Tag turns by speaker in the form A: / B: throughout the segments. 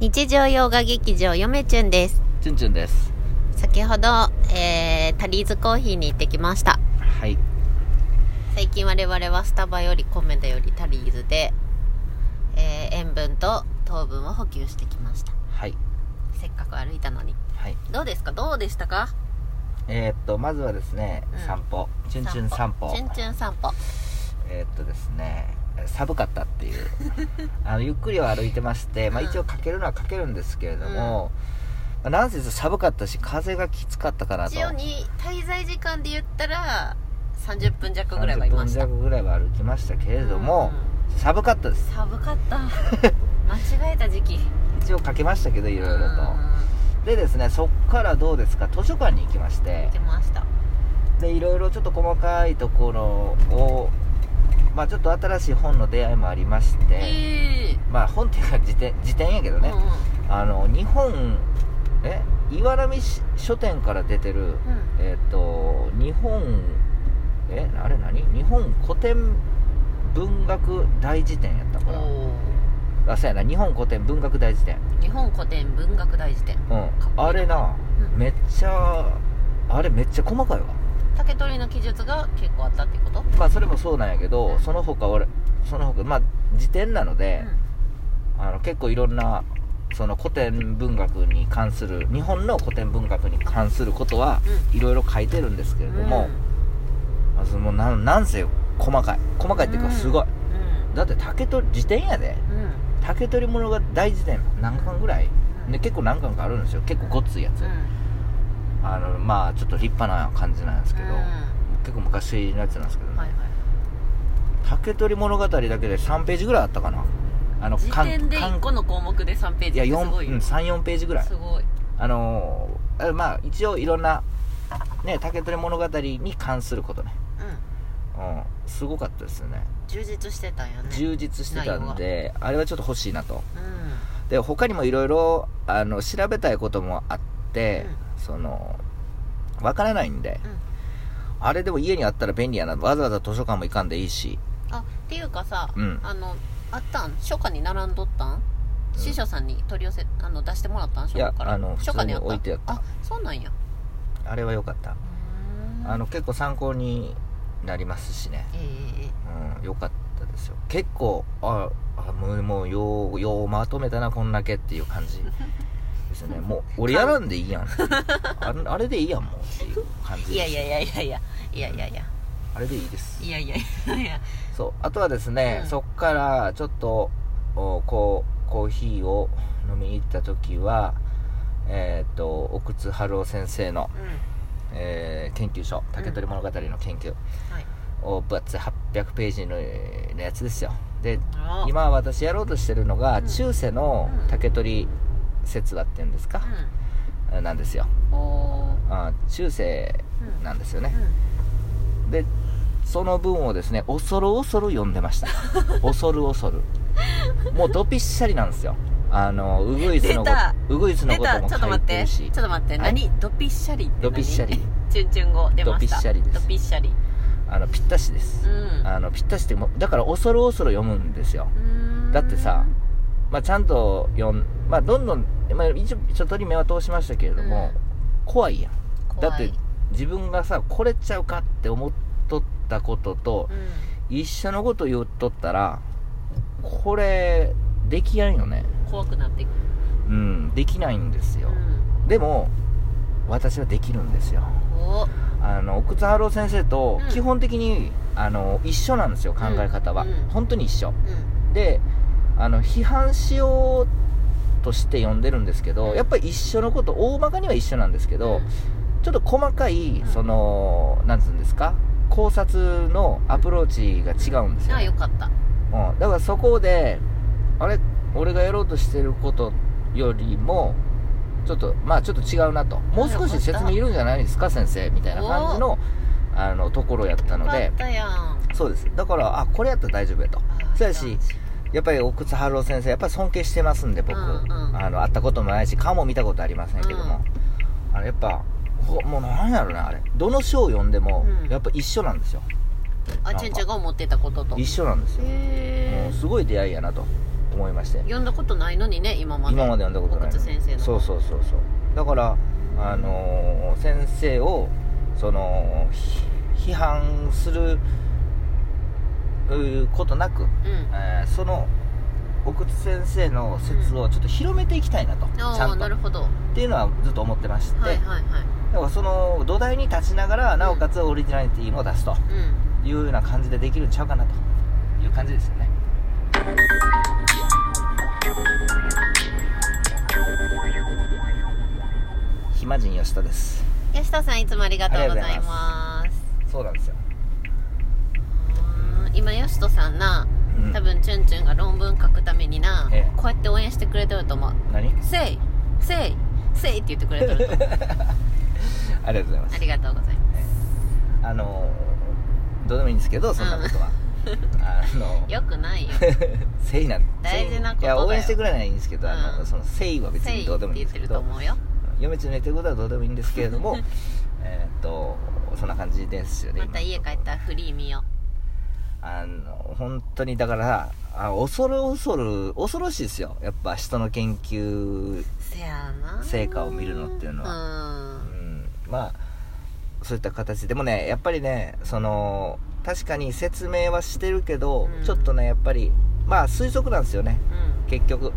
A: 日常洋画劇場よめちゅんです
B: チュンチュンです
A: 先ほど、えー、タリーズコーヒーに行ってきました
B: はい
A: 最近我々はスタバよりコメダよりタリーズで、えー塩分と糖分を補給してきました
B: はい
A: せっかく歩いたのに
B: はい
A: どうですかどうでしたか
B: えー、っとまずはですね、
A: うん
B: 散歩チュンチュン散歩
A: チュンチュン散歩
B: えー、っとですね寒かったっていう あのゆっくりは歩いてまして、まあ、
A: うん
B: 一応かけるのはかけるんですけれども、まあなんせ寒かったし風がきつかったかなと
A: 一応に滞在時間で言ったら30分弱ぐらいはい
B: 30
A: ま
B: 分
A: した
B: 弱ぐらいは歩きましたけれども、寒かったで
A: うん
B: す
A: 寒かった 間違えた時期い
B: 一応かけましたけどいろいろとでですねそっからどうですか図書館に行きまして
A: 行きました
B: でいろいろちょっと細かいところをまあちょっと新しい本の出会いもありまして、
A: ええ
B: まあ本っていうか辞典辞典やけどね、
A: うんうん
B: あの日本え岩波し書店から出てる
A: うん
B: えっ、と日本えあれ何日本古典文学大辞典やったから
A: お
B: あそうやな日本古典文学大辞典
A: ー日本古典文学大辞典
B: うん
A: かっこいいな
B: あれな、
A: うん
B: めっちゃあれめっちゃ細かいわ
A: 竹取の記述が結構あったってこと、
B: まあそれもそうなんやけど、
A: うん
B: その他俺その他まあ辞典なので、あの結構いろんなその古典文学に関する日本の古典文学に関することは
A: う
B: いろいろ書いてるんですけれども、まずもうなんなんせ細かい細かいっていうかすごい、
A: うんうん
B: だって竹取辞典やで
A: うんうん
B: 竹取物が大辞典何巻ぐらい、
A: うん
B: ね、結構何巻かあるんですよ結構ごっついやつ、あのまあちょっと立派な感じなんですけど、
A: うん
B: 結構昔のやつなんですけどね、
A: はいはい
B: 竹取物語だけで3ページぐらいあったかなあの
A: 時
B: かん
A: 点で
B: かん
A: 1個の項目で3ペー
B: い
A: ジ
B: や
A: ってす
B: 4
A: ごいよ
B: うん、34ページぐらい
A: すごい
B: あのーあまあ一応いろんなね竹取物語に関することね、
A: うん
B: うん、すごかったですよね
A: 充実してたんよね
B: 充実してたんであれはちょっと欲しいなと
A: うん
B: で他にもいろいろあの調べたいこともあって、そのわからないんで、
A: うん
B: あれでも家にあったら便利やなわざわざ図書館も行かんでいいし
A: あっていうかさ、
B: うん
A: あのあったん書家に並んどったん
B: うん
A: 司書さんに取り寄せあの出してもらったん書
B: いや
A: 庫から
B: あの普
A: 書
B: 通
A: 家に
B: に
A: あった
B: 置いてあった
A: あそうなんや
B: あれは良かったあの結構参考になりますしね、
A: えええ
B: うん、良かったですよ結構ああもうもうようようまとめたなこんだけっていう感じです ねもう俺やらんでいいやんあれあれでいいやんもうっていう感じです
A: えいやいやいやいやいやいやいやいや
B: あれでいいです
A: いやいやいやいや
B: そうあとはですね、
A: うん
B: そっからちょっとおこうコーヒーを飲みに行った時はえっ、と奥津春夫先生の、
A: うん
B: えー研究所「竹取物語」の研究、
A: はい
B: を分厚い800ページのえーのやつですよで
A: あら
B: 今私やろうとしてるのが、
A: うん
B: 中世の
A: うん
B: 竹取説話っていうんですか、なんですよ
A: うんおー
B: あ中世
A: うん
B: なんですよ
A: う
B: ね、
A: ん
B: でその文をですね恐る恐る読んでました 恐る恐るもうどぴっしゃりなんですよあのウグイスのこ
A: 出た
B: とウグイスの
A: 出
B: こと
A: た
B: も
A: ちょっと
B: 書い
A: 待ってて
B: る
A: ちょ
B: し
A: っと待って
B: はい
A: 何ドピッシャリって何
B: ドピッシャリ
A: チュンチュン語出ました
B: ドピッシャリです
A: ドピッシャリ
B: あのぴったしです
A: う、ん
B: あのぴったしってもうだから恐る恐る読むんですよ、
A: うーん
B: だってさまあ、ちゃんと読ん、まあ、どんどん、まあ、一応ちょっとに目は通しましたけれども、怖いやん
A: 怖い
B: だって自分がさこれちゃうかって思っとったことと
A: う、ん
B: 一緒のこと言っとったらこれできやんよね
A: 怖くなっていく
B: うんできないんですよ、
A: うん
B: でも私はできるんですよ
A: おー
B: あの奥津春夫先生と
A: うん
B: 基本的に、あの一緒なんですよ考え方
A: う
B: は、
A: んうん
B: 本当に一緒
A: うん
B: であの批判しようとして読んでるんですけど、
A: うん
B: やっぱり一緒のこと大まかには一緒なんですけど、ちょっと細かい、
A: うん
B: そのなんつうんですか考察のアプローチが違うんです
A: うん、
B: よ
A: あ
B: ね、
A: よかった
B: うん、だからそこであれ俺がやろうとしてることよりもちょっとまあちょっと違うなともう少し説明いるんじゃないですか先生みたいな感じのあのところやった
A: よ
B: の
A: か
B: で
A: ったやん
B: そうですだからあこれやったら大丈夫やと
A: あ
B: そうやしやっぱり奥津春夫先生やっぱり尊敬してますんで僕、
A: うんうん
B: あの会ったこともないし顔も見たことありませんけども、あれやっぱほもうなんやろねあれどの章を読んでも
A: うん
B: やっぱ一緒なんですよ、
A: あちゅんちゅんが思ってたことと
B: 一緒なんですよ、
A: へ
B: もう
A: え
B: すごい出会いやなと思いまして
A: 読んだことないのにね今まで
B: 今まで読んだことない
A: 奥津先生の
B: そうそうそうそうだからあのー先生をそのひ批判するうーことなく、
A: うん
B: えーその奥津先生の説をちょっと広めていきたいなと、ち
A: あ
B: ゃ
A: あ
B: んと
A: なるほどは
B: っていうのはずっと思ってまして、
A: いはいはい
B: だからその土台に立ちながらなおかつオリジナリティも出すと
A: うん
B: いうような感じでできるんちゃうかなという感じですよね暇人吉田です
A: 吉田さんいつもありがとうござ
B: あ
A: い
B: りがとうござい
A: ます
B: そうなんですよ
A: うーん今吉田さんな
B: うん
A: 多分チュンチュンが論文書くためにな、
B: ええ
A: こうやって応援してくれてると思う
B: 何
A: 「せいせいせい」って言ってくれてると思う
B: ありがとうございま
A: あ
B: す
A: りがとうございま
B: あのどうでもいいんですけどそんなことは、あの
A: すよく ないよ
B: 誠意なん
A: 大事なことだ
B: い
A: よ
B: や応援してくれないんですけど、あ
A: う
B: の
A: ん
B: その誠意は
A: 「
B: 別
A: せい」
B: にど
A: っ
B: うで
A: て
B: もい
A: 言
B: いんで
A: っ
B: す
A: て
B: け
A: る
B: ど
A: と思うよ
B: 嫁ちの寝てることはどうでもいいんですけれども えーっとそんな感じですよね
A: また家帰ったらフリー見よ
B: あの本当にだからあ恐る恐る恐ろしいですよやっぱ人の研究
A: うせやな
B: 成果を見るのっていうの
A: は
B: う
A: うん
B: んまあそういった形でもねやっぱりねその確かに説明はしてるけど、
A: うん
B: ちょっとねやっぱりまあ推測なんですよね
A: うん
B: 結局、
A: うん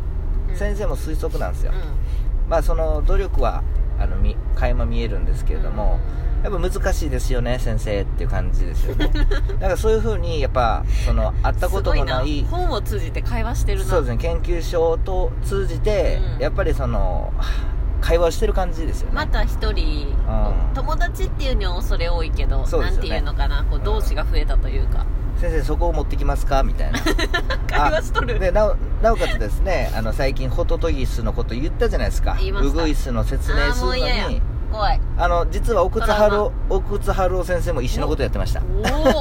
B: 先生も推測なんですよ、
A: うん
B: まあその努力はあのみ垣間見えるんですけれども、やっぱ難しいですよね先生っていう感じですよ ねだからそういうふうにやっぱその会ったことのな
A: すご
B: い
A: な本を通じて会話してるな
B: そうですね研究所と通じて、
A: うん
B: やっぱりそのはぁ会話をしてる感じですよね、
A: また一人
B: うん
A: 友達っていうには恐れ多いけど、
B: そうで
A: な
B: すよね
A: んていうのかなこう同志が増えたというか、
B: 先生そこを持ってきますかみたいな
A: 会話しとる
B: あでなおなおかつですねあの最近ホトトギスのこと言ったじゃないですか
A: 言いました
B: ウグイスの説明
A: あー
B: する
A: も
B: の
A: う
B: に
A: 嫌や怖い
B: あの実は奥津春夫奥津春夫先生も一緒のことやってました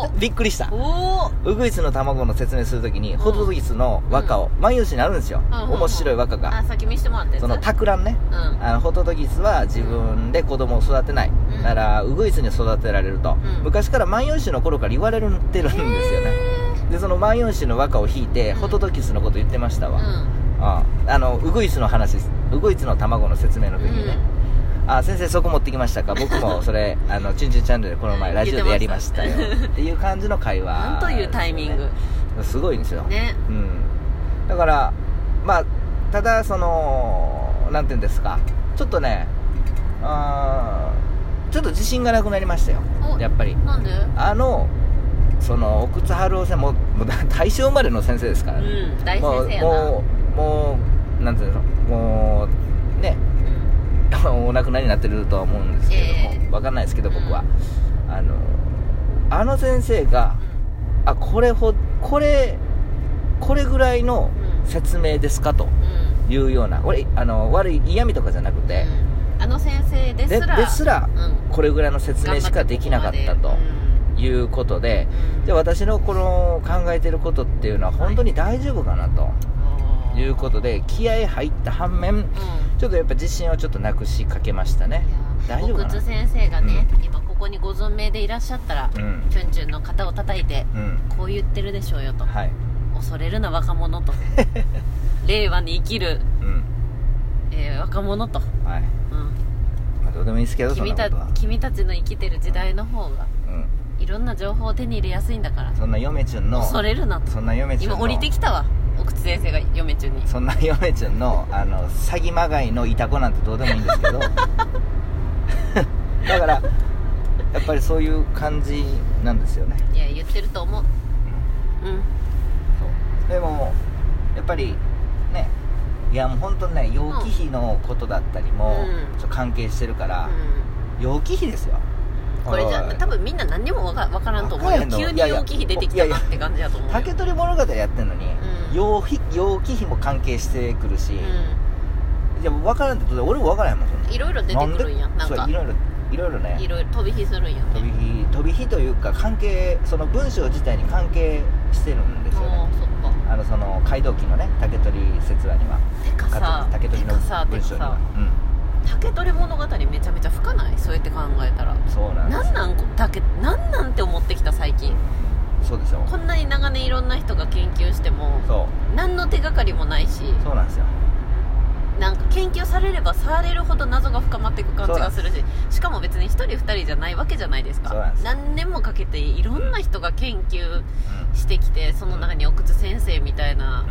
A: お
B: びっくりした
A: おおお
B: ウグイスの卵の説明するときに、ホトトギスの和歌を、万葉集にあるんですよ、
A: うんうんうん
B: 面白い和歌
A: あ
B: が、
A: 先見してもらったやつ
B: そのたくらんね
A: うんうん
B: あのホトトギスは自分で子供を育てない、
A: うん
B: ならウグイスに育てられると、
A: うん
B: 昔から万葉集の頃から言われてるんですよね、でその万葉集の和歌を弾いて、
A: うん
B: ホトトギスのこと言ってました
A: う
B: わ、
A: ん
B: ああのウグイスの話ですウグイスの卵の説明の時にね、あ先生そこ持ってきましたか僕もそれあのチュンチュンチャンネルでこの前ラジオでやりましたよ
A: 言ってました
B: っていう感じの会話
A: なんというタイミング
B: すごいんですよ、
A: ね
B: うん、だからまあただそのなんていうんですかちょっとねあーちょっと自信がなくなりましたよ
A: お
B: やっぱり
A: なんで
B: あのその奥津春夫先生ももう大正生まれの先生ですからね、
A: うん大
B: も
A: 先
B: う
A: 生やな
B: もうもうなんていうのもうね
A: うん
B: あのお亡くなりになってるとは思うんですけれども、
A: ええ
B: わかんないですけど僕は、あのあの先生があこれほこれこれぐらいの説明ですかと
A: うんうん
B: いうようなこれあの悪い嫌味とかじゃなくて、
A: うんあの先生です
B: で
A: ら
B: ですら
A: うん
B: これぐらいの説明しかできなかったと
A: 頑張
B: いうことで
A: ってここまでうんうん
B: じゃあ私のこの考えてることっていうのは本当に大丈夫かなと
A: おー
B: いうことで気合入った反面
A: うん
B: ちょっとやっぱ自信をちょっとなくしかけましたね
A: いやー
B: 大丈夫かな
A: 奥津先生がね、今ここにご存命でいらっしゃったら、
B: うん
A: チュンチュンの肩を叩いて
B: うん
A: こう言ってるでしょうよと
B: はい
A: 恐れるな若者 と令和に生きる、
B: うん
A: えー若者と、
B: はい、
A: うん、
B: まあ、どうでもいいですけどそんな
A: 君た
B: ことは、
A: 君たちの生きてる時代の方が
B: うん、
A: いろんな情報を手に入れやすいんだから
B: そんな嫁ちゅんの
A: 恐れるなと
B: そんな嫁ちゅんの
A: 今降りてきたわ奥津先生が嫁中に
B: そんな嫁ちゃんのあの詐欺まがいのいた子なんてどうでもいいんです けどだからやっぱりそういう感じなんですよね
A: いや言ってると思ううん
B: そうでもやっぱりねいやもう本当にね養気費のことだったりも、
A: うん
B: ちょっと関係してるから、
A: う
B: 養気費ですよ
A: んこれじゃ
B: おい
A: 多分みんな何にもわかわからんと思う
B: わ
A: よ
B: からんの
A: 急
B: い
A: に
B: やいや
A: 大きい日出てきたなって感じだと思うよ
B: 竹取物語やってんのに、
A: うん
B: 養費養気費も関係してくるし、いや分からんってどうだ俺も分からんもんそんな
A: うんいろいろ出てくるんやなん
B: そう
A: か
B: いろいろいろいろね
A: いろいろ飛び火するんや
B: 飛び
A: ね
B: 火飛び火というか関係その文章自体に関係してるんですよ
A: あ
B: ね
A: あそっか
B: あのその街道記のね竹取説話には
A: てかさ
B: 竹取
A: て
B: の
A: かさて
B: 文
A: か
B: 章には
A: さ竹取物語めちゃめちゃ深ないそうやって考えたら
B: うんそうなんです
A: なんなんこ竹なんなんて思ってきた最近
B: そうでしょ
A: こんなに長年いろんな人が研究しても
B: そ
A: 何の手がかりもないし
B: うそうなんですよ
A: なんか研究されればされるほど謎が深まっていく感じがするししかも別に1人2人じゃないわけじゃないです
B: そうなん
A: か
B: です
A: 何年もかけていろんな人が研究
B: う
A: してきてその中に奥津先生みたいなん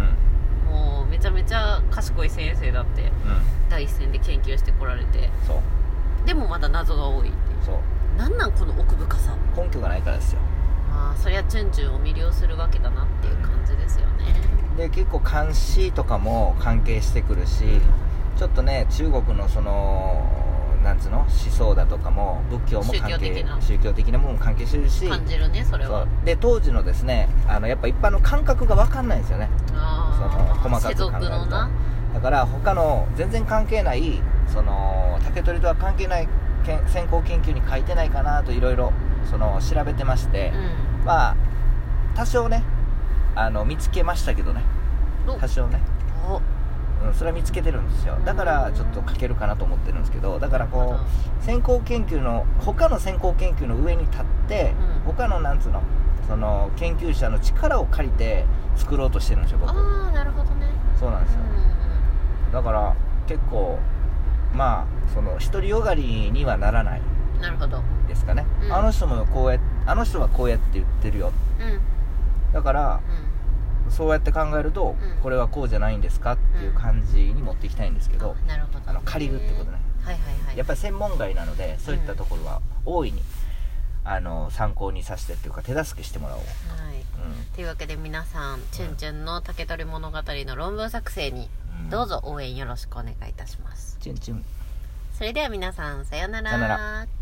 B: うん
A: もうめちゃめちゃ賢い先生だって
B: うん
A: 第一線で研究してこられて
B: そう
A: でもまだ謎が多いっていう
B: そう
A: なんなんこの奥深さ
B: 根拠がないからですよ
A: まあそりゃチュンチュンを魅了するわけだなっていう感じですよね
B: で結構監視とかも関係してくるしちょっとね中国のそのなんつうの思想だとかも仏教も
A: 宗教
B: 関係
A: 的な
B: 宗教的なものも関係してるし
A: 感じるねそれ
B: そ
A: は
B: うで当時のですねあのやっぱ一般の感覚が分かんないんですよね
A: あ
B: その
A: あ
B: 細か
A: 世
B: く考
A: 俗
B: えると
A: のな
B: だから他の全然関係ないその竹取とは関係ないけん先行研究に書いてないかなといろいろその調べてまして、
A: う
B: まあ多少ねあの見つけましたけどね
A: ん
B: 多少ね
A: おお
B: うん、それは見つけてるんですよだからちょっと書けるかなと思ってるんですけどだからこう先行研究の他の先行研究の上に立って、
A: うん
B: 他のなんつうのその研究者の力を借りて作ろうとしてるんですよ僕
A: ああなるほどね
B: そうなん
A: う
B: ですよ、
A: ん
B: だから結構まあその独りよがりにはならない
A: なるほど
B: ですかね、
A: うん
B: あの人もこうやあの人はこうやって言ってるよ
A: うんうん
B: だからそうやって考えると、
A: うん
B: これはこうじゃないんですかっていう感じに持っていきたいんですけど、
A: あなるほどね
B: あの借りるってことね
A: はいはいはい
B: やっぱり専門外なのでそういったところは大いに、あの参考にさせてっていうか手助けしてもらおう、
A: はい
B: うん
A: というわけで皆さん「チュンチュンの竹取物語」の論文作成に
B: うん
A: どうぞ応援よろしくお願いいたします
B: チュンチュン
A: それでは皆さんさようなら
B: さよなら